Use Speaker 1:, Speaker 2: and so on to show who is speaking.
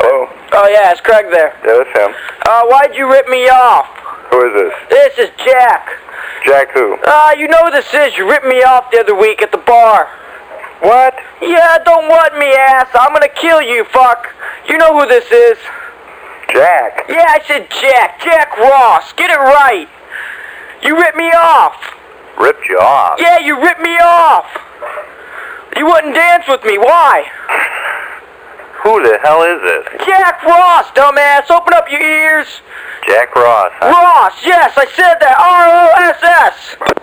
Speaker 1: Oh yeah, it's Craig there.
Speaker 2: Yeah, that's him.
Speaker 1: Uh, why'd you rip me off?
Speaker 2: Who is this?
Speaker 1: This is Jack.
Speaker 2: Jack who?
Speaker 1: Uh, you know who this is. You ripped me off the other week at the bar.
Speaker 2: What?
Speaker 1: Yeah, don't want me, ass. I'm gonna kill you, fuck. You know who this is.
Speaker 2: Jack.
Speaker 1: Yeah, I said Jack. Jack Ross. Get it right. You ripped me off.
Speaker 2: Ripped you off.
Speaker 1: Yeah, you ripped me off. You wouldn't dance with me. Why?
Speaker 2: Who the hell is this?
Speaker 1: Jack Ross, dumbass. Open up your ears.
Speaker 2: Jack Ross. huh?
Speaker 1: Ross, yes, I said that. R-O-S-S.